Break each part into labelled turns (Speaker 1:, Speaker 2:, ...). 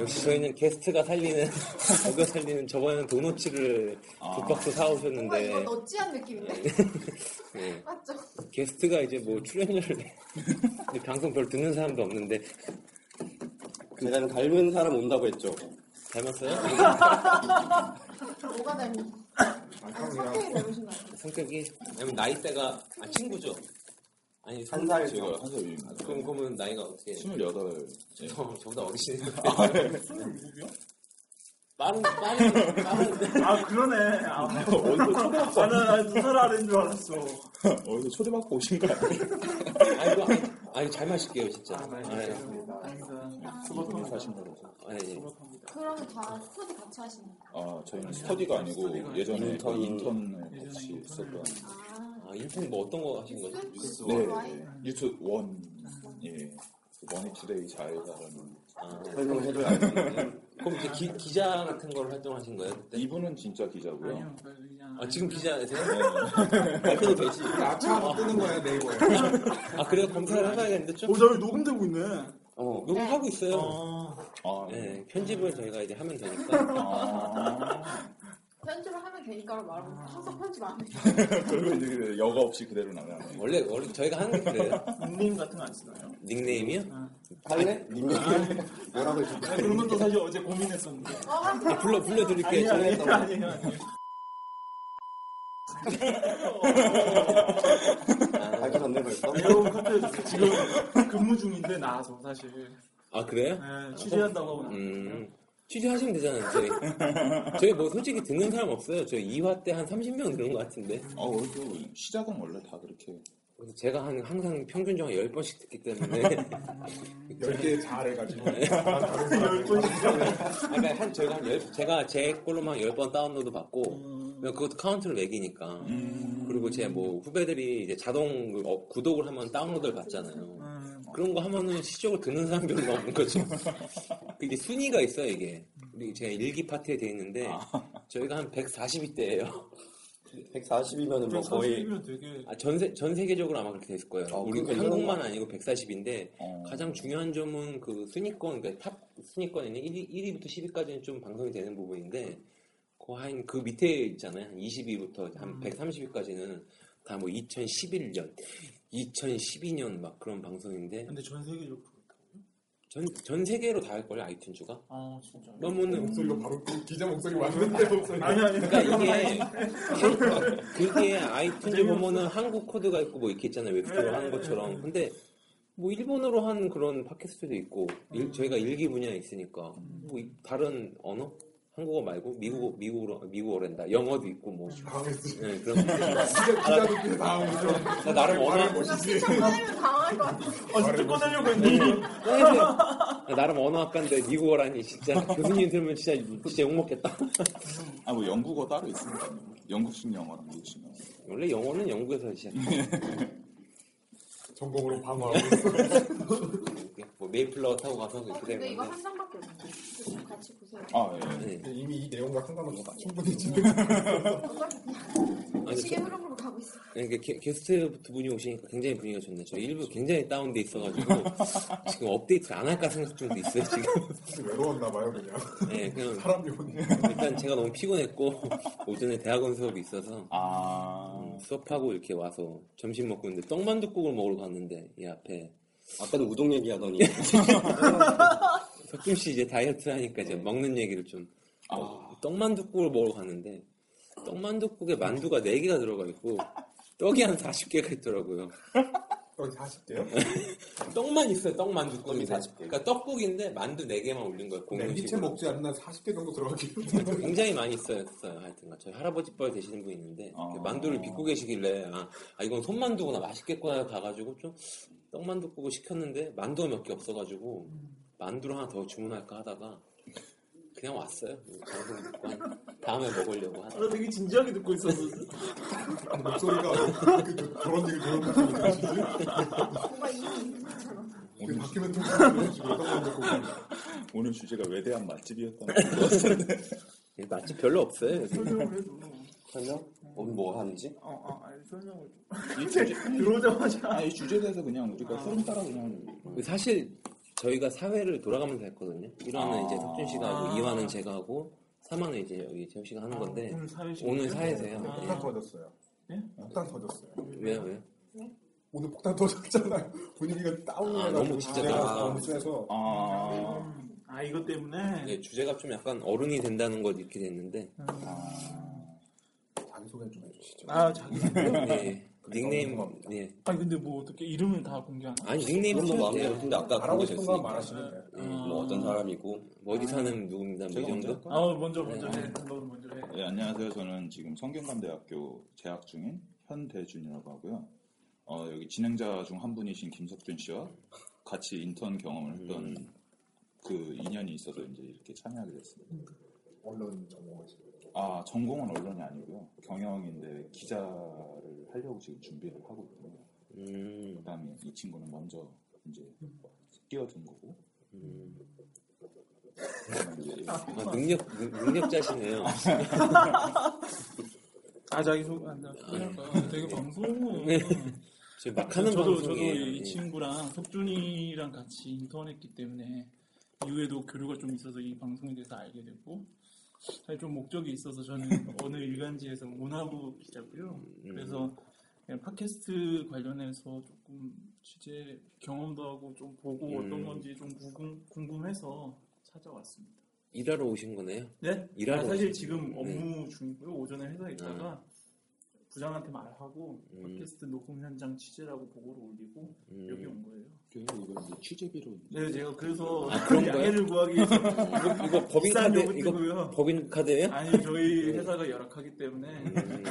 Speaker 1: 역시 저희는 게스트가 살리는, 저가 살리는 저번에는 도너츠를 두 박스
Speaker 2: 뭔가
Speaker 1: 사오셨는데,
Speaker 2: 아, 이거 너찌한 느낌인데
Speaker 1: 네.
Speaker 2: 맞죠?
Speaker 1: 게스트가 이제 뭐 출연료를 내. 근데 방송 별 듣는 사람도 없는데,
Speaker 3: 제가 닮은 사람 온다고 했죠.
Speaker 1: 닮았어요?
Speaker 2: 뭐가 닮은
Speaker 1: 아,
Speaker 2: 성격이 닮으신 거 같아요.
Speaker 1: 성격이, 왜냐면 나이대가, 아, 친구죠? 아니,
Speaker 3: 한 살
Speaker 1: 친구죠.
Speaker 3: 제가 한살 유입니다.
Speaker 1: 그럼, 그러면 나이가 어떻게? 저,
Speaker 3: 28.
Speaker 1: 저보다 어리시네.
Speaker 3: 아,
Speaker 1: 빠른, 빠른, 빠른.
Speaker 4: 아 그러네 아,
Speaker 3: 어디서 초대받고,
Speaker 4: 아, 나 누설 아는 줄 알았어
Speaker 3: 어디서 초대받고 오신 거야?
Speaker 1: 아이고, 아니, 아니, 잘 마실게요, 진짜.
Speaker 4: 아닙니다
Speaker 3: 수고통에서 하신 거죠.
Speaker 1: 아니, 예,
Speaker 2: 그러면 다 스터디 같이 하시는 거예요?
Speaker 3: 아, 저희는 스터디가 아니고 예전에 그 인턴, 인턴을 같이 했었던.
Speaker 2: 아
Speaker 1: 아, 인턴 뭐 어떤 거 하신 거죠?
Speaker 2: 뉴스? 와인?
Speaker 3: 네, 유튜브 원. 예. 머니투데이 자회사라는
Speaker 1: 아,
Speaker 3: 네. 설명해줘야 하는데
Speaker 1: 그럼 이제 기, 기자 같은 걸 활동하신 거예요? 그때?
Speaker 3: 이분은 진짜 기자고요.
Speaker 4: 아니요 그냥
Speaker 1: 아, 지금 기자세요?
Speaker 3: 네.
Speaker 1: 발표도 되지.
Speaker 5: 아차가 뜨는 거야 네이버에.
Speaker 1: 아, 그래요? 검사를 해봐야겠는데 좀.
Speaker 4: 오 어, 저기 녹음되고 있네
Speaker 1: 어, 녹음하고 있어요.
Speaker 3: 아,
Speaker 1: 네, 편집을 저희가 이제 하면 되니까.
Speaker 3: 아.
Speaker 2: 편집을 하면 되니까로 말하고 항상 편집 안 해요
Speaker 3: 그러면 이제 여과 없이 그대로 나가네.
Speaker 1: 원래, 원래 저희가 하는 게 그래요.
Speaker 4: 닉네임 같은 거 안 쓰나요?
Speaker 1: 닉네임이요?
Speaker 3: 할래? 닉네임?
Speaker 5: 뭐라고 해줘?
Speaker 4: 아, 그런 것도 사실 어제 고민했었는데
Speaker 1: 아, 불러, 불러드릴게요.
Speaker 4: 아니야
Speaker 1: 저희
Speaker 4: 아니야 아니야 아니야
Speaker 5: 아, 밝혀졌네 벌써.
Speaker 4: 매우 급해졌어 지금 근무 중인데 나와서 사실
Speaker 1: 아, 그래요?
Speaker 4: 네, 취재한다고 하고 나
Speaker 1: 음. 취재하시면 되잖아요, 저희. 저희 뭐 솔직히 듣는 사람 없어요. 저희 2화 때 한 30명 들은 것 같은데.
Speaker 3: 어, 그래도 시작은 원래 다 그렇게.
Speaker 1: 그래서 제가 한, 항상 평균적으로 10번씩 듣기 때문에.
Speaker 5: 10개 잘 해가지고.
Speaker 1: 그러니까 한 제가 한 열, 제가 제 걸로만 열 번 다운로드 받고 그냥 그것도 카운트를 매기니까 그리고 제 뭐 후배들이 이제 자동 그 어- 구독을 하면 다운로드를 받잖아요 그런 거 하면은 실적으로 듣는 사람 별로 없는 거죠 이게 순위가 있어요 이게 우리 제가 일기 파트에 돼 있는데 저희가 한 140위대예요
Speaker 3: 140이면은 뭐
Speaker 5: 뭐 그렇죠.
Speaker 4: 그 사실이면 되게
Speaker 1: 아, 전세 전 세계적으로 아마 그렇게 됐을 거예요
Speaker 3: 어,
Speaker 1: 우리
Speaker 3: 그러니까
Speaker 1: 한국만
Speaker 3: 이거는-
Speaker 1: 아니고 140인데
Speaker 3: 어.
Speaker 1: 가장 중요한 점은 그 순위권, 그러니까 탑 순위권에는 1위, 1위부터 10위까지는 좀 방송이 되는 부분인데, 그 한, 그 밑에 있잖아요. 한 20위부터 한 130위까지는 다 뭐 2011년, 2012년 막 그런 방송인데,
Speaker 4: 근데 전 세계적으로
Speaker 1: 전, 전 세계로 다 할걸요, 아이튠즈가?
Speaker 4: 아 진짜
Speaker 1: 그러면은,
Speaker 5: 목소리가 바로 그 기자 목소리 왔는데 목소리.
Speaker 4: 아니 아니 어,
Speaker 1: 그러니까 이게, 그러니까 그게 아이튠즈 보면은 한국 코드가 있고 뭐 이렇게 있잖아요. 웹툰으로 하는 것처럼. 근데, 뭐 일본어로 한 그런 팟캐스트도 있고 일- 저희가 일기 분야에 있으니까 뭐 이- 다른 언어 한국어 말고 미국어 미국어로 미국어랜다 영어도 있고 뭐 네, 그런
Speaker 5: 기자들끼리 다 하고 좀.
Speaker 1: 나 나름 언어
Speaker 2: 편집을 당할 것 같아요
Speaker 4: 아 진짜 꺼내려고 했는데
Speaker 1: 나 나름 언어 학과인데 미국어라니 진짜 교수님 들으면 진짜 진짜 욕 먹겠다
Speaker 3: 아, 뭐 영국어 따로 있습니다. 영국식 영어랑 미국식 영어.
Speaker 1: 원래 영어는 영국에서 시작해
Speaker 5: 전공으로 방어하고 있어.
Speaker 1: 뭐 메이플러 타고 가서
Speaker 2: 어,
Speaker 1: 그렇게
Speaker 2: 근데
Speaker 1: 되는
Speaker 2: 이거 한
Speaker 1: 건데
Speaker 2: 장밖에 없네 같이 보세요
Speaker 3: 아, 예.
Speaker 1: 네.
Speaker 5: 이미 이 내용과 상관없이 다 충분히 지금.
Speaker 1: 아니,
Speaker 2: 시계
Speaker 1: 저-
Speaker 2: 흐름으로 가고 있어
Speaker 1: 아니, 그 게, 게스트 두 분이 오시니까 굉장히 분위기가 좋네 저 일부 굉장히 다운돼 있어가지고 지금 업데이트를 안 할까 생각 중도 있어요 지금
Speaker 5: 외로웠나 봐요 그냥.
Speaker 1: 네, 그냥
Speaker 5: 사람 요원이.
Speaker 1: 일단 제가 너무 피곤했고 오전에 대학원 수업이 있어서
Speaker 3: 아,
Speaker 1: 수업하고 이렇게 와서 점심 먹고 있는데 떡만둣국을 먹으러 갔는데 이 앞에
Speaker 3: 아까도 우동 얘기하더니.
Speaker 1: 석준 씨 이제 다이어트 하니까
Speaker 3: 네.
Speaker 1: 이제 먹는 얘기를 좀
Speaker 5: 아.
Speaker 1: 어, 떡만둣국을 먹으러 갔는데 네 떡만둣국에 만두가 4개가 들어가 있고 떡이 한 40개가 있더라고요
Speaker 5: 거의 40대요?
Speaker 1: 떡만 있어요. 떡만
Speaker 3: 떡이
Speaker 1: 두꺼비
Speaker 3: 40
Speaker 1: 40개.
Speaker 3: 개.
Speaker 1: 그러니까 떡국인데 만두 4개만 올린
Speaker 5: 네,
Speaker 1: 거예요.
Speaker 5: 냄비채
Speaker 1: 공식으로.
Speaker 5: 먹지 않나 40대 정도 들어가기 힘들어요.
Speaker 1: 굉장히 많이 있었어요. 하여튼 저희 할아버지 뻘 되시는 분이 있는데
Speaker 5: 아.
Speaker 3: 어.
Speaker 1: 이렇게 만두를 빚고 계시길래 아, 아, 이건 손만두구나 맛있겠구나 가가지고 좀 떡만두 국을 시켰는데 만두가 몇 개 없어가지고 만두를 하나 더 주문할까 하다가 그냥 왔어요. 방송 듣고 한- 다음에 먹으려고 하다.
Speaker 4: 나 되게 진지하게 듣고 있었어.
Speaker 5: 목소리가 그- 그- 그런 얘기 들은 목소리가 지금
Speaker 2: 뭔가 이미 있는 것처럼.
Speaker 5: 그 바뀌면 통신을 지금 어떤 건 듣고
Speaker 3: 오늘 주제가 외대한 맛집이었던
Speaker 1: 맛집 별로 없어요. 요새.
Speaker 4: 설명을 해줘.
Speaker 1: 설명? 오늘 뭐 하는지?
Speaker 4: 어, 어, 아니, 설명을 좀.
Speaker 3: 이 주제
Speaker 4: 들어오자마자.
Speaker 3: 아이 주제에 대해서 그냥 우리가 흐름 따라 그냥
Speaker 1: 사실 저희가 사회를 돌아가면서 했거든요. 1화는 이제 석준 씨가 하고
Speaker 4: 아.
Speaker 1: 2화는 제가 하고 3화는 이제 여기 재호 씨가 하는 건데
Speaker 4: 오늘 사회식.
Speaker 1: 오늘 사회세요.
Speaker 4: 아.
Speaker 1: 네.
Speaker 5: 폭탄 터졌어요.
Speaker 4: 예?
Speaker 5: 폭탄 터졌어요.
Speaker 1: 왜요 왜요?
Speaker 5: 오늘 폭탄 터졌잖아요. 분위기가
Speaker 1: 아,
Speaker 5: 다운해가지고
Speaker 1: 너무 진짜
Speaker 5: 제가
Speaker 1: 다운이다.
Speaker 5: 너무 세서
Speaker 3: 아,
Speaker 4: 아, 이것 때문에.
Speaker 1: 네, 주제가 좀 약간 어른이 된다는 걸 이렇게 됐는데
Speaker 5: 자기소개 좀 해주시죠.
Speaker 4: 아, 자기.
Speaker 1: 네, 닉네임 네.
Speaker 4: 아니, 근데 뭐 어떻게 이름을 다 공개하나?
Speaker 1: 아니 닉네임
Speaker 6: 물론
Speaker 1: 쓰셔도
Speaker 6: 마음대로
Speaker 1: 돼요.
Speaker 6: 근데 아까 그런
Speaker 5: 말하고
Speaker 6: 거
Speaker 5: 싶은 거
Speaker 6: 됐으니까
Speaker 5: 말하시면 돼요.
Speaker 1: 네,
Speaker 6: 뭐 어떤 사람이고
Speaker 1: 뭐 어디 사는 누구입니다. 뭐
Speaker 3: 제가
Speaker 1: 이
Speaker 3: 먼저
Speaker 1: 정도.
Speaker 3: 할까요?
Speaker 4: 아, 먼저, 먼저
Speaker 1: 네.
Speaker 4: 해. 너 먼저 해.
Speaker 3: 예, 안녕하세요. 저는 지금 성균관대학교 재학 중인 현대준이라고 하고요. 어, 여기 진행자 중 한 분이신 김석준 씨와 같이 인턴 경험을 했던
Speaker 5: 음.
Speaker 3: 그 인연이 있어서 이제 이렇게 참여하게 됐습니다.
Speaker 5: 음. 언론 전공하시고.
Speaker 3: 아, 전공은 언론이 아니고요. 경영인데 기자를 하려고 지금 준비를 하고 있고요.
Speaker 1: 음,
Speaker 3: 그다음에 이 친구는 먼저 이제
Speaker 5: 음.
Speaker 3: 끼어든 거고.
Speaker 1: 음.
Speaker 3: 그다음에 이제
Speaker 1: 아, 능력 능- 능력자시네요.
Speaker 4: 아, 자기 소개 한다.
Speaker 1: 네.
Speaker 4: 그러니까 되게 방송을.
Speaker 1: 지금 막 하는
Speaker 4: 저도, 저도
Speaker 1: 방송이에요.
Speaker 4: 이
Speaker 1: 예.
Speaker 4: 친구랑 석준이랑 같이 인턴했기 때문에 이후에도 교류가 좀 있어서 이 방송에 대해서 알게 됐고 사실 좀 목적이 있어서 저는 어느 일간지에서 원하고 있자고요.
Speaker 1: 음.
Speaker 4: 그래서 그냥 팟캐스트 관련해서 조금 취재 경험도 하고 좀 보고 어떤
Speaker 1: 음.
Speaker 4: 건지 좀 궁금, 궁금해서 찾아왔습니다.
Speaker 1: 일하러 오신 거네요.
Speaker 4: 네?
Speaker 1: 일하러
Speaker 4: 아, 사실
Speaker 1: 오신-
Speaker 4: 지금
Speaker 1: 네.
Speaker 4: 업무 중이고요. 오전에 회사에 있다가 부장한테 말하고
Speaker 1: 음.
Speaker 4: 팟캐스트 녹음 현장 취재라고 보고를 올리고 여기
Speaker 1: 음.
Speaker 4: 온 거예요.
Speaker 3: 그리고 이거 이제 취재비로
Speaker 4: 네, 제가 그래서
Speaker 1: 그런 거예요?
Speaker 4: 양해를 구하기 위해서
Speaker 1: 이거, 이거 법인
Speaker 4: 비싼
Speaker 1: 카드
Speaker 4: 요구
Speaker 1: 이거
Speaker 4: 뜨고요.
Speaker 1: 법인 카드예요?
Speaker 4: 아니 저희 회사가 열악하기 때문에
Speaker 1: 음.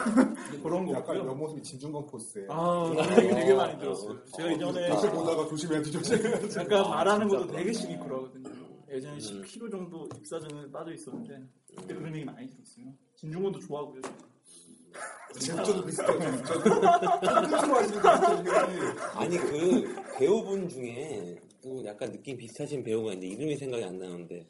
Speaker 4: 그런
Speaker 5: 약간
Speaker 4: 거고요.
Speaker 5: 옆모습이 진중권 포스예요.
Speaker 4: 아, 되게 되게 많이 들었어요. 제가 이전에
Speaker 5: 요새 보다가 조심해야 되죠.
Speaker 4: 잠깐 말하는 것도 되게 시니컬하거든요. 예전에 10kg 정도 입사 전에 빠져 있었는데 그때 그런 얘기 많이 들었어요. 진중권도 좋아하고요.
Speaker 5: 제목도 비슷해요. 저도 좋아하시는 분들이
Speaker 1: 아니 그 배우분 중에 또 약간 느낌 비슷하신 배우가 있는데 이름이 생각이 안 나는데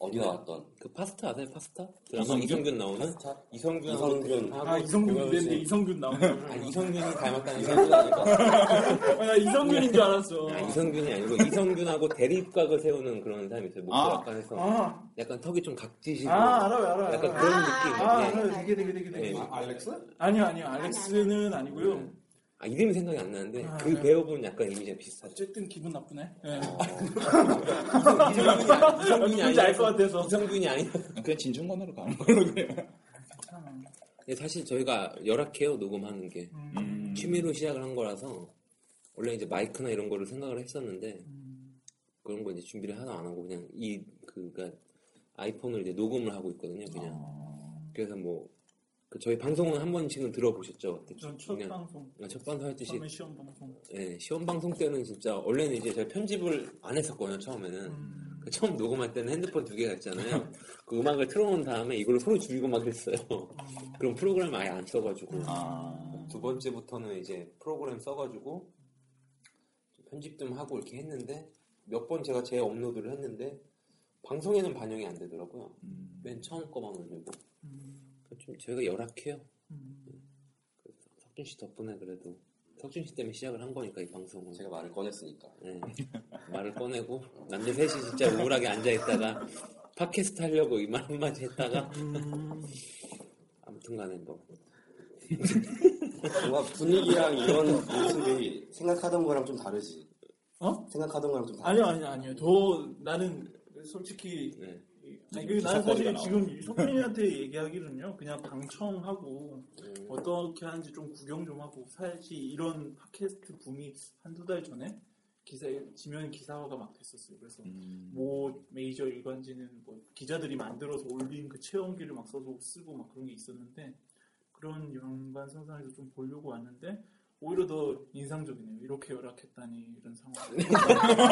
Speaker 6: 어디 나왔던
Speaker 1: 그 파스타 아세요 파스타? 드라마
Speaker 6: 이성균?
Speaker 1: 이성균 나오는
Speaker 6: 파스타?
Speaker 1: 이성균
Speaker 6: 이성균.
Speaker 4: 아, 이성균 무대인데 이성균 나온다고.
Speaker 1: 아 이성균이 닮았다는
Speaker 6: 이상한 거 아닐까?
Speaker 4: 아, 나 이성균인 줄 알았어.
Speaker 1: 아 이성균이 아니고 이성균하고 대립각을 세우는 그런 사람이 있어요 목도
Speaker 3: 아.
Speaker 1: 약간 해서
Speaker 4: 아,
Speaker 1: 약간 턱이 좀 각지시고
Speaker 4: 아, 알아요, 알아요.
Speaker 1: 약간
Speaker 4: 알아요.
Speaker 1: 그런
Speaker 4: 아,
Speaker 2: 아,
Speaker 1: 느낌 예.
Speaker 4: 알아요. 되게 되게 되게 되게.
Speaker 1: 네.
Speaker 5: 알렉스?
Speaker 4: 아니요, 아니요. 알렉스는 아니고요.
Speaker 1: 아 이름이 생각이 안 나는데
Speaker 4: 아,
Speaker 1: 그
Speaker 4: 네.
Speaker 1: 배우분 약간 이미지가 비슷하죠
Speaker 4: 어쨌든 기분 나쁘네. 예.
Speaker 1: 이성균이 아니- 이성균이
Speaker 4: 누군지 알
Speaker 1: 아니라서
Speaker 4: 것 같아서.
Speaker 1: 이성균이 아니
Speaker 3: 그냥 진중권으로 가는 걸로 그래요.
Speaker 1: 근데 사실 저희가 열악해요 녹음하는 게
Speaker 3: 음.
Speaker 1: 취미로 시작을 한 거라서 원래 이제 마이크나 이런 거를 생각을 했었는데
Speaker 4: 음.
Speaker 1: 그런 거 이제 준비를 하나 안 하고 그냥 이 그가 아이폰으로 이제 녹음을 하고 있거든요 그냥
Speaker 4: 아.
Speaker 1: 그래서 뭐그 저희 방송은 한 번씩은 들어보셨죠 그때
Speaker 4: 전 첫
Speaker 1: 그냥
Speaker 4: 방송,
Speaker 1: 그냥 첫 방송
Speaker 6: 네.
Speaker 1: 했듯이
Speaker 4: 처음에 시험 방송.
Speaker 1: 예, 시험 방송 때는 진짜 원래는 이제 제가 편집을 안 했었거든요 처음에는
Speaker 4: 음.
Speaker 1: 그 처음 녹음할 때는 핸드폰 두 개가 있잖아요 그 음악을 틀어놓은 다음에 이걸로 소리 줄이고 막 했어요
Speaker 4: 음.
Speaker 1: 그런 프로그램 아예 안 써가지고
Speaker 3: 아,
Speaker 1: 두 번째부터는 이제 프로그램 써가지고 좀 편집 좀 하고 이렇게 했는데 몇 번 제가 재 업로드를 했는데 방송에는 반영이 안 되더라고요.
Speaker 3: 음.
Speaker 1: 맨 처음 거만 올리고
Speaker 4: 음.
Speaker 1: 좀 저희가 열악해요.
Speaker 4: 음.
Speaker 1: 그래서 석준 씨 덕분에 그래도 석준 씨 때문에 시작을 한 거니까 이 방송은
Speaker 6: 제가 말을 꺼냈으니까
Speaker 1: 네. 말을 꺼내고 남자 셋이 진짜 우울하게 앉아 있다가 팟캐스트 하려고 이 말 한마디 했다가 아무튼간에 뭐
Speaker 6: 뭔가 분위기랑 이런 모습이 생각하던 거랑 좀 다르지
Speaker 4: 어?
Speaker 6: 생각하던 거랑 좀 다르지
Speaker 4: 아니요, 아니요, 아니요. 더 나는 솔직히
Speaker 1: 네.
Speaker 4: 이 아니,
Speaker 3: 이제
Speaker 4: 그리고 나는 사실
Speaker 3: 기사거리가
Speaker 4: 지금 이 소민이한테 얘기하기로는요, 그냥 방청하고
Speaker 6: 음.
Speaker 4: 어떻게 하는지 좀 구경 좀 하고 사실 이런 팟캐스트 붐이 한두 달 전에 기사 지면 기사화가 막 됐었어요. 그래서
Speaker 3: 음.
Speaker 4: 뭐 메이저 일간지는 뭐 기자들이 만들어서 올린 그 체험기를 막 써서 쓰고 막 그런 게 있었는데 그런 연관 선상에서 좀 보려고 왔는데 오히려 더 인상적이네요. 이렇게 열악했다니 이런 상황.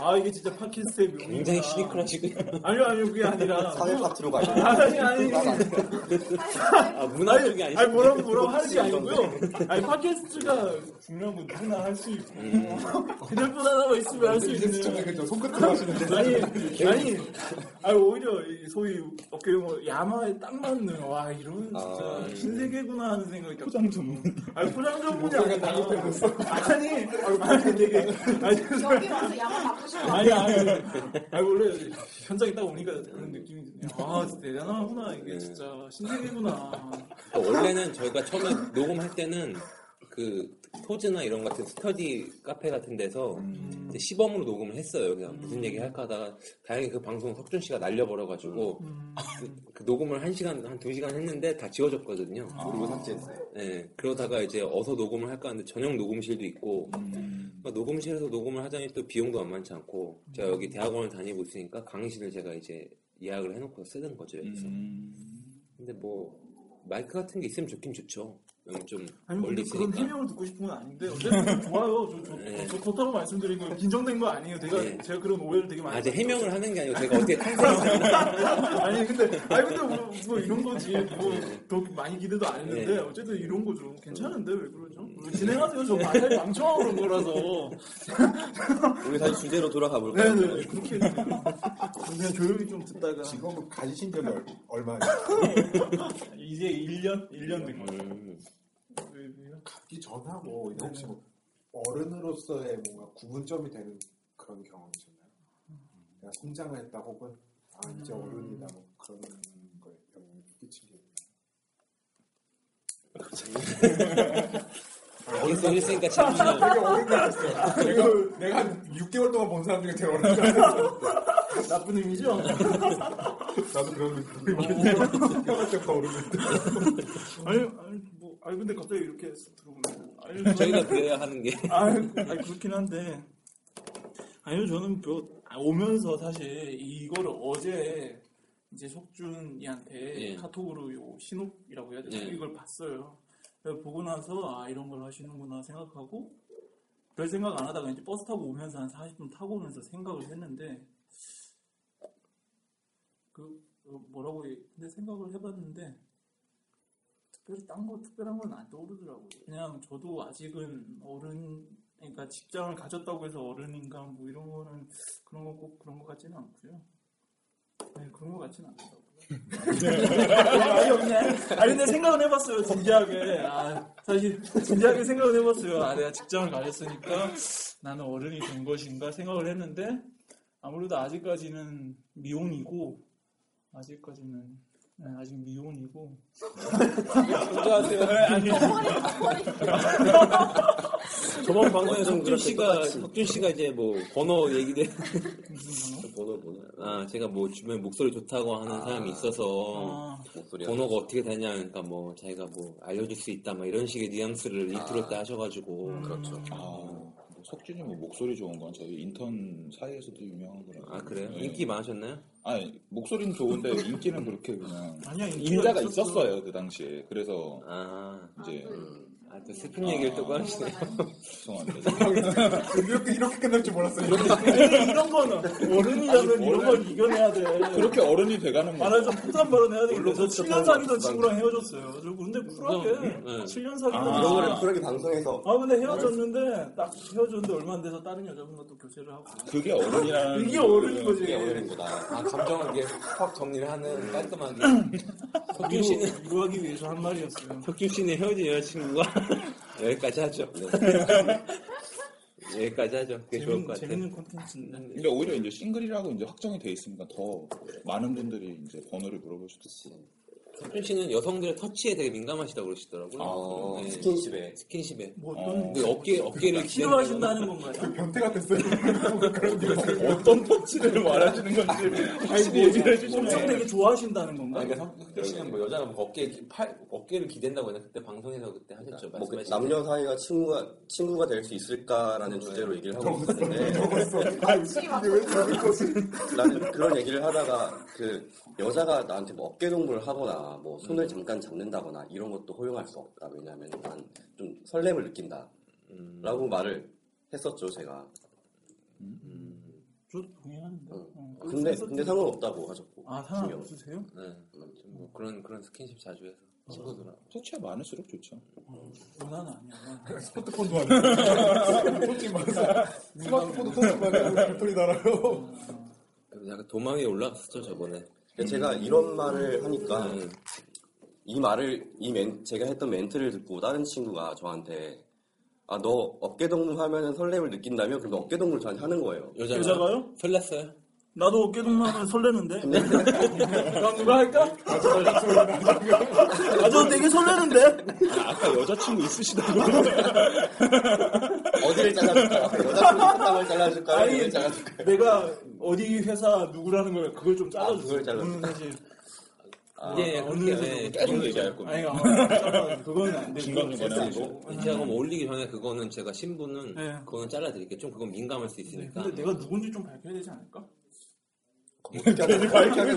Speaker 4: 아 이게 진짜 팟캐스트의 묘미가
Speaker 1: 굉장히 시니컬하시군요.
Speaker 4: 아니요 아니요 그게 아니라
Speaker 6: 사회 파트로 가야 돼.
Speaker 4: 아니 아니
Speaker 6: 난
Speaker 4: 아니
Speaker 6: 안 돼.
Speaker 1: 아, 문화 쪽이 아니시군요.
Speaker 4: 아니 뭐라고 뭐라고 하는 게 아니고요. 아니 팟캐스트가 중요한 건 누구나 할 수 있고
Speaker 5: 음.
Speaker 4: 휴대폰 하나만 있으면 할 수 있는.
Speaker 5: 좀 손끝으로 하시는데.
Speaker 4: 아니 아니 아니 오히려 이 소위 어깨 뭐 야마에 딱 맞는 와 이런
Speaker 5: 아,
Speaker 4: 진짜
Speaker 5: 네.
Speaker 4: 신세계구나 하는 생각이 포장 전문. 아니 포장 전문이 아니라 아니 아니 되게 아니
Speaker 2: 여기 와서 양을 바꾸신 거
Speaker 4: 아니 아니 아니 원래 현장에 딱 오니까 그런 느낌이 드네요. 아 진짜 대단하구나 이게 진짜 신세계구나.
Speaker 1: 어, 원래는 저희가 처음에 녹음할 때는 그 토즈나 이런 같은 스터디 카페 같은 데서 이제 시범으로 녹음을 했어요. 그냥 무슨 얘기 할까 하다가 다행히 그 방송 석준 씨가 날려버려가지고 그, 그 녹음을 한 시간 한 두 시간 했는데 다 지워졌거든요.
Speaker 3: 아.
Speaker 6: 그리고 삭제했어요.
Speaker 1: 예, 그러다가 이제 어서 녹음을 할까 하는데 전용 녹음실도 있고 그러니까 녹음실에서 녹음을 하자니 또 비용도 만만치 않고 제가 여기 대학원을 다니고 있으니까 강의실을 제가 이제 예약을 해놓고 쓰는 거죠. 여기서. 근데 뭐 마이크 같은 게 있으면 좋긴 좋죠. 여기 좀
Speaker 4: 아니
Speaker 1: 멀리
Speaker 4: 근데 그런
Speaker 1: 있으니까.
Speaker 4: 해명을 듣고 싶은 건 아닌데 어쨌든 좋아요. 저, 저,
Speaker 1: 네.
Speaker 4: 저 좋다고 말씀드린 거 긴정된 거 아니에요. 제가
Speaker 1: 네.
Speaker 4: 제가 그런 오해를 되게 많이.
Speaker 1: 아, 이제
Speaker 4: 받았어요.
Speaker 1: 해명을 하는 게 아니고 제가 어떻게 컨셉을
Speaker 4: 아니 근데 아니 근데 뭐, 뭐 이런 거지 뭐 더 많이 기대도 안 했는데
Speaker 1: 네.
Speaker 4: 어쨌든 이런 거죠. 괜찮은데 왜 그러죠? 뭐 진행하세요. 저 말을 망청하고 그런 거라서.
Speaker 6: 우리 다시 주제로 돌아가 볼까요?
Speaker 4: 네네 그렇게 해주세요. 그냥 조용히 좀 듣다가
Speaker 5: 지금 가지신 지 얼마
Speaker 4: 이제 1년 1년
Speaker 1: 네.
Speaker 4: 된 거죠.
Speaker 1: 음.
Speaker 4: 왜- 왜요?
Speaker 5: 이 전하고 이제 혹시 뭐 어른으로서의 뭔가 구분점이 되는 그런 경험이셨나요? 내가 성장을 했다 혹은 아 이제 어른이다 뭐 그런 거에 영향을 끼친 게
Speaker 1: 계속 했으니까 참
Speaker 5: 되게 어른 같았어요. 내가 내가 한 6개월 동안 본 사람 중에 제일 어른 같았어.
Speaker 4: 나쁜 의미죠?
Speaker 5: 나도 그런 느낌. 뼈가 쫙다 오르는데.
Speaker 4: 어. 아니 아니 뭐 아니 근데 갑자기 이렇게 들어오면 아니
Speaker 1: 저희가 그래야 하는 게
Speaker 4: 아, 아니, 그렇긴 한데. 아니요, 저는 뭐, 아, 오면서 사실 이거를 어제 이제 석준이한테
Speaker 1: 예.
Speaker 4: 카톡으로 요 신호라고 해야 되나?
Speaker 1: 예.
Speaker 4: 이걸 봤어요. 그래서 보고 나서 아, 이런 걸 하시는구나 생각하고 별 생각 안 하다가 이제 버스 타고 오면서 한 40분 타고 오면서 생각을 했는데 그 어, 뭐라고 얘- 근데 생각을 해봤는데 특별히 딴 거 특별한 건 안 떠오르더라고요. 그냥 저도 아직은 어른 그러니까 직장을 가졌다고 해서 어른인가 뭐 이런 거는 그런 거 꼭 그런 거 같지는 않고요. 네, 그런 거 같지는 않더라고요. 아니, 없네. 아니, 근데 생각은 해봤어요, 진지하게. 아, 사실, 진지하게 생각은 해봤어요. 아, 내가 직장을 가졌으니까 나는 어른이 된 것인가 생각을 했는데, 아무래도 아직까지는 미혼이고, 아직까지는, 네, 아직 미혼이고.
Speaker 1: 혼자하세요.
Speaker 4: 아니,
Speaker 1: 저번 방송에서 어, 석준 씨가 석준 씨가 이제 뭐 번호 얘기를
Speaker 4: 무슨 번호?
Speaker 1: 번호 번호 아 제가 뭐 주변에 목소리 좋다고 하는 사람이 있어서
Speaker 4: 아,
Speaker 6: 아. 목소리가.
Speaker 1: 번호가 어떻게 되냐 그러니까 뭐 자기가 뭐 알려줄 수 있다 막 이런 식의 뉘앙스를
Speaker 6: 아.
Speaker 1: 인트로 때 하셔가지고 그렇죠
Speaker 3: 아, 뭐 석진이 뭐 목소리 좋은 건 저희 인턴 사이에서도 유명한 거라.
Speaker 1: 아 그래요 인기 많으셨나요
Speaker 3: 아니 목소리는 좋은데 인기는 그렇게 그냥
Speaker 4: 아니야, 인기가
Speaker 3: 인자가
Speaker 4: 있었어.
Speaker 3: 있었어요 그 당시에. 그래서
Speaker 1: 아
Speaker 3: 이제
Speaker 1: 아, 또 슬픈 얘기를 또 꺼내시네.
Speaker 3: 죄송합니다.
Speaker 5: 이렇게 이렇게 끝날 줄 몰랐어요. 이렇게
Speaker 4: 이런 거는, 어른이라면 이런 걸 이겨내야 돼.
Speaker 3: 그렇게 어른이 돼가는 거.
Speaker 4: 말하자면 폭탄 발언 해야 되겠네. 저
Speaker 3: 물론
Speaker 6: 그렇죠.
Speaker 4: 7년 사귀던 친구랑 헤어졌어요. 저 근데 쿨하게
Speaker 3: 음,
Speaker 1: 네.
Speaker 4: 7년 사귀던
Speaker 3: 아.
Speaker 6: 이런
Speaker 4: 친구랑
Speaker 6: 거를 쿨하게 방송에서
Speaker 4: 아 근데 헤어졌는데 딱 헤어졌는데 얼마 안 돼서 다른 여자분과 또 교제를 하고
Speaker 3: 그게 어른이라는.
Speaker 4: 이게 어른인 거지
Speaker 6: 이게 어울리는 거다.
Speaker 1: 아, 감정을 이렇게 확 정리를 하는 깔끔하게. 석준 씨는,
Speaker 4: 위로, 위로하기 위해서 한 말이었어요
Speaker 1: 석준 씨는 헤어진 여자친구가 여기까지 하죠. 여기까지 하죠. 그게 좋을
Speaker 4: 재밌는,
Speaker 1: 것 같아요.
Speaker 4: 재밌는 콘텐츠인데
Speaker 3: 근데 그러니까 오히려 이제 싱글이라고 이제 확정이 돼 있으니까 더 많은 분들이 이제 번호를 물어보셨듯이
Speaker 1: 서준 씨는 여성들의 터치에 되게 민감하시다고 그러시더라고요.
Speaker 6: 어,
Speaker 1: 네.
Speaker 6: 스킨십에.
Speaker 1: 스킨십에. 그러니까
Speaker 4: 뭐
Speaker 3: 어.
Speaker 4: 어떤
Speaker 1: 근데 어깨, 어깨를
Speaker 4: 싫어하신다는 건가요?
Speaker 5: 그 변태 같았어요. 그런 게
Speaker 3: 어떤 터치를 말하시는 건지 확실히 얘기를 해주시면
Speaker 4: 뭐 엄청 되게 좋아하신다는 건가요?
Speaker 1: 아니, 그러니까 성- 흑백 씨는 뭐 여자라면 어깨, 팔, 어깨를 기댄다고 했나? 그때 방송에서 그러니까 그때 하셨죠.
Speaker 6: 뭐그
Speaker 1: 말씀하신
Speaker 6: 남녀 사이가 친구가 친구가 될 수 있을까라는 주제로 얘기를 하고 있었는데
Speaker 2: 지금 막
Speaker 6: 나는 그런 얘기를 하다가 그 여자가 나한테 뭐 어깨 동무를 하거나 뭐 손을 잠깐 잡는다거나 이런 것도 허용할 수 없다 왜냐하면 난 좀 설렘을 느낀다라고
Speaker 7: 음.
Speaker 6: 말을 했었죠 제가
Speaker 4: 저도 동의하는데.
Speaker 6: 응.
Speaker 4: 어,
Speaker 6: 근데 근데 상관없다고 하셨고
Speaker 4: 아 상관
Speaker 6: 신경
Speaker 4: 없으세요?
Speaker 1: 네. 아무튼 뭐 그런, 그런 스킨십 자주 해서. 친구들하고.
Speaker 3: 터치가 많을수록 좋죠.
Speaker 4: 원한 아니야.
Speaker 5: 스마트폰도 안 돼. 솔직히 말해서 스마트폰도 터치만 해도 별풀이 달아요.
Speaker 1: 그래서 약간 도망에 올라왔었죠, 저번에.
Speaker 6: 그러니까 제가 이런 말을 하니까
Speaker 1: 음.
Speaker 6: 이 말을 이 멘, 제가 했던 멘트를 듣고 다른 친구가 저한테 아 너 어깨 동무 하면은 설렘을 느낀다며 그럼 어깨 동무를 저한테 하는 거예요.
Speaker 1: 여자가
Speaker 4: 여자가요?
Speaker 1: 설렜어요?
Speaker 4: 나도 어깨 동무하면 설레는데.
Speaker 6: 네.
Speaker 4: 그럼 누가 할까? 아, 아저 되게 설레는데.
Speaker 3: 아까 여자친구 있으시다고
Speaker 6: 어디를 잘라줄까? 여자친구 땀을 잘라줄까? 어디를 잘라줄까?
Speaker 4: 내가 어디 회사 누구라는 걸 그걸 좀 잘라주세요.
Speaker 6: 아, 그걸 잘라주세요.
Speaker 4: 음, 사실
Speaker 6: 아.
Speaker 1: 예, 그렇게, 예.
Speaker 3: 계속 얘기할 거면
Speaker 4: 아니 아, 그건 안 돼.
Speaker 3: 중간중간에 하고.
Speaker 1: 인지하고 뭐 올리기 전에 그거는 제가 신분은
Speaker 4: 네.
Speaker 1: 그거는 잘라드릴게요. 좀 그건 민감할 수 있으니까.
Speaker 4: 근데 내가 누군지 좀 밝혀야 되지 않을까?
Speaker 6: 어떻게 하자는 거야?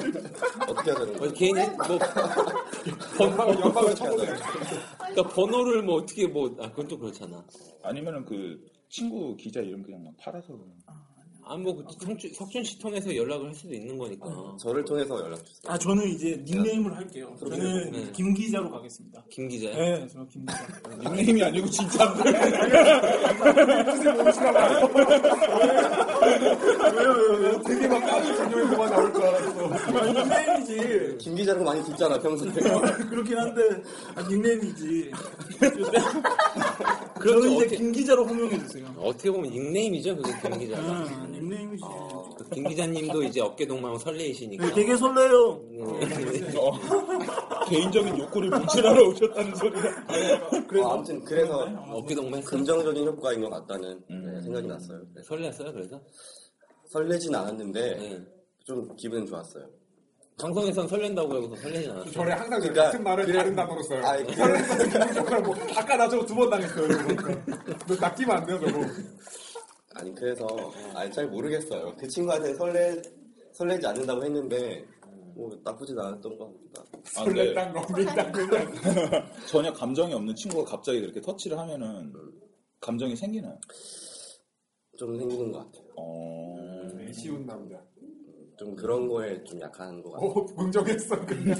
Speaker 6: 어떻게 하자는
Speaker 1: 어,
Speaker 6: 거야?
Speaker 1: 개인 뭐
Speaker 5: 연방을 연방을 쳐보세요.
Speaker 1: 그러니까 번호를 뭐 어떻게 뭐 아 그건 좀 그렇잖아.
Speaker 3: 아니면은 그 친구 기자 이름 그냥 막 팔아서 그냥.
Speaker 1: 아뭐 석준 씨 통해서 연락을 할 수도 있는 거니까.
Speaker 6: 저를 통해서 연락 주세요.
Speaker 4: 아 저는 이제 닉네임을 할게요. 저는
Speaker 1: 네.
Speaker 4: 김 기자로 가겠습니다.
Speaker 1: 김 기자. 요
Speaker 4: 네, 저 김 기자.
Speaker 3: 닉네임이 아니고 진짜
Speaker 5: 되게 막 까는 전용에서만 나올 줄 알았어.
Speaker 4: 아, 닉네임이지. 네,
Speaker 6: 김 기자라고 많이 듣잖아 평소에.
Speaker 4: 그렇긴 한데 아, 닉네임이지.
Speaker 3: 그렇죠.
Speaker 4: 그럼 이제
Speaker 1: 어떻게-
Speaker 4: 김 기자로 호명해 주세요.
Speaker 1: 어떻게 보면 닉네임이죠 그게 김 기자가.
Speaker 4: 아, 닉네임이지.
Speaker 1: 그김 기자님도 이제 어깨 동무하고 설레이시니까. 네.
Speaker 4: 네, 되게 설레요.
Speaker 6: 어.
Speaker 1: 어.
Speaker 3: 개인적인 욕구를 분출하러 오셨다는 소리가.
Speaker 6: 어, 아무튼 그래서
Speaker 1: 어깨 동무 했어.
Speaker 6: 긍정적인 효과인 것 같다는
Speaker 3: 음.
Speaker 6: 네, 생각이 났어요. 네.
Speaker 1: 설렜어요 그래서.
Speaker 6: 설레진 않았는데
Speaker 1: 네.
Speaker 6: 좀 기분은 좋았어요.
Speaker 1: 방송에선 설렌다고 해서 설레진 않았어.
Speaker 5: 저래 항상
Speaker 6: 그러니까
Speaker 5: 같은 말을
Speaker 6: 그래-
Speaker 5: 다른 단어로 써요.
Speaker 6: 아이, 그래-
Speaker 5: 다른 단어로 써요. 뭐, 아까 나 저거 두 번 당했어요. 저거. 너 낚이면 안 돼요, 저거.
Speaker 6: 아니 그래서 아니 잘 모르겠어요. 그 친구한테 설레 설레지 않는다고 했는데 뭐 나쁘진 않았던 것 같다.
Speaker 3: 아, 근데
Speaker 5: 설렜단 거, 민단 거.
Speaker 3: 전혀 감정이 없는 친구가 갑자기 그렇게 터치를 하면은 감정이 생기나요?
Speaker 6: 좀 생기는 것 같아요.
Speaker 3: 어.
Speaker 5: 쉬운 남자.
Speaker 6: 좀 그런 거에 좀 약한 것 같아요.
Speaker 5: 오, 긍정했어, 뭐 그냥.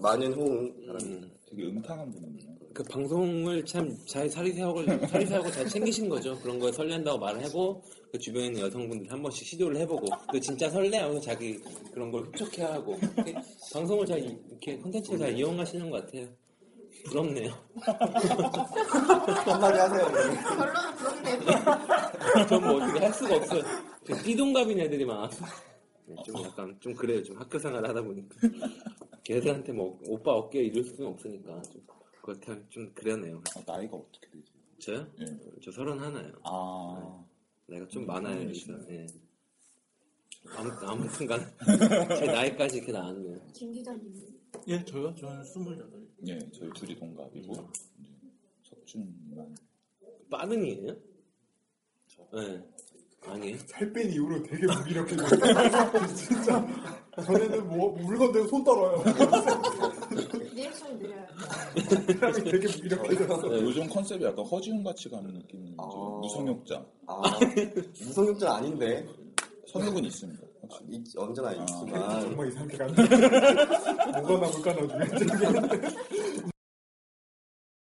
Speaker 6: 많은 호응. 바랍니다.
Speaker 3: 되게 음탕한 분이네요.
Speaker 1: 그 방송을 참 잘 사리사욕을 사리사욕을 잘 챙기신 거죠. 그런 거에 설렌다고 말을 하고 그 주변에 있는 여성분들 한 번씩 시도를 해보고 그 진짜 설레하면서 자기 그런 걸 흡족해하고 이렇게 방송을 잘 이- 이렇게 콘텐츠를 잘 이용하시는 것 같아요. 부럽네요.
Speaker 6: 한마디 하세요. 그러면.
Speaker 2: 결론은 그런데
Speaker 1: 전 뭐 어떻게 할 수가 없어요. 그 띠동갑인 애들이 많아서 네, 좀 약간 좀 그래요. 좀 학교 생활 하다 보니까 걔들한테 뭐 오빠 어깨 이럴 수는 없으니까 좀 그렇다 좀 그러네요.
Speaker 3: 아, 나이가 어떻게 되지?
Speaker 1: 저요?
Speaker 3: 예.
Speaker 1: 저 서른 하나요.
Speaker 3: 아.
Speaker 1: 나이가 좀 많아요, 여기서. 예. 아무튼, 아무튼 간에, 제 나이까지 이렇게 나왔네요.
Speaker 2: 김 기자님
Speaker 4: 예, 저요? 저는 28.
Speaker 3: 예, 저희 둘이 동갑이고. 이제
Speaker 6: 음.
Speaker 3: 석준만.
Speaker 1: 빠능이에요? 예. 아니에요?
Speaker 5: 살 뺀 이후로 되게 무기력해졌어. 진짜. 전에는 뭐, 물건 대고 손 떨어요.
Speaker 2: 리액션이 느려요.
Speaker 5: 사람이 되게 무기력해졌어.
Speaker 3: 요즘 컨셉이 약간 허지훈 같이 가는 느낌인
Speaker 6: 네. 아.
Speaker 3: 죠 무성욕자.
Speaker 6: 아, 무성욕자 아닌데
Speaker 3: 성욕은 있습니다. 확실히.
Speaker 6: 이- 언제나 있지만
Speaker 5: 정말 이상하게 간다. 뭐가 남을까, 나중에.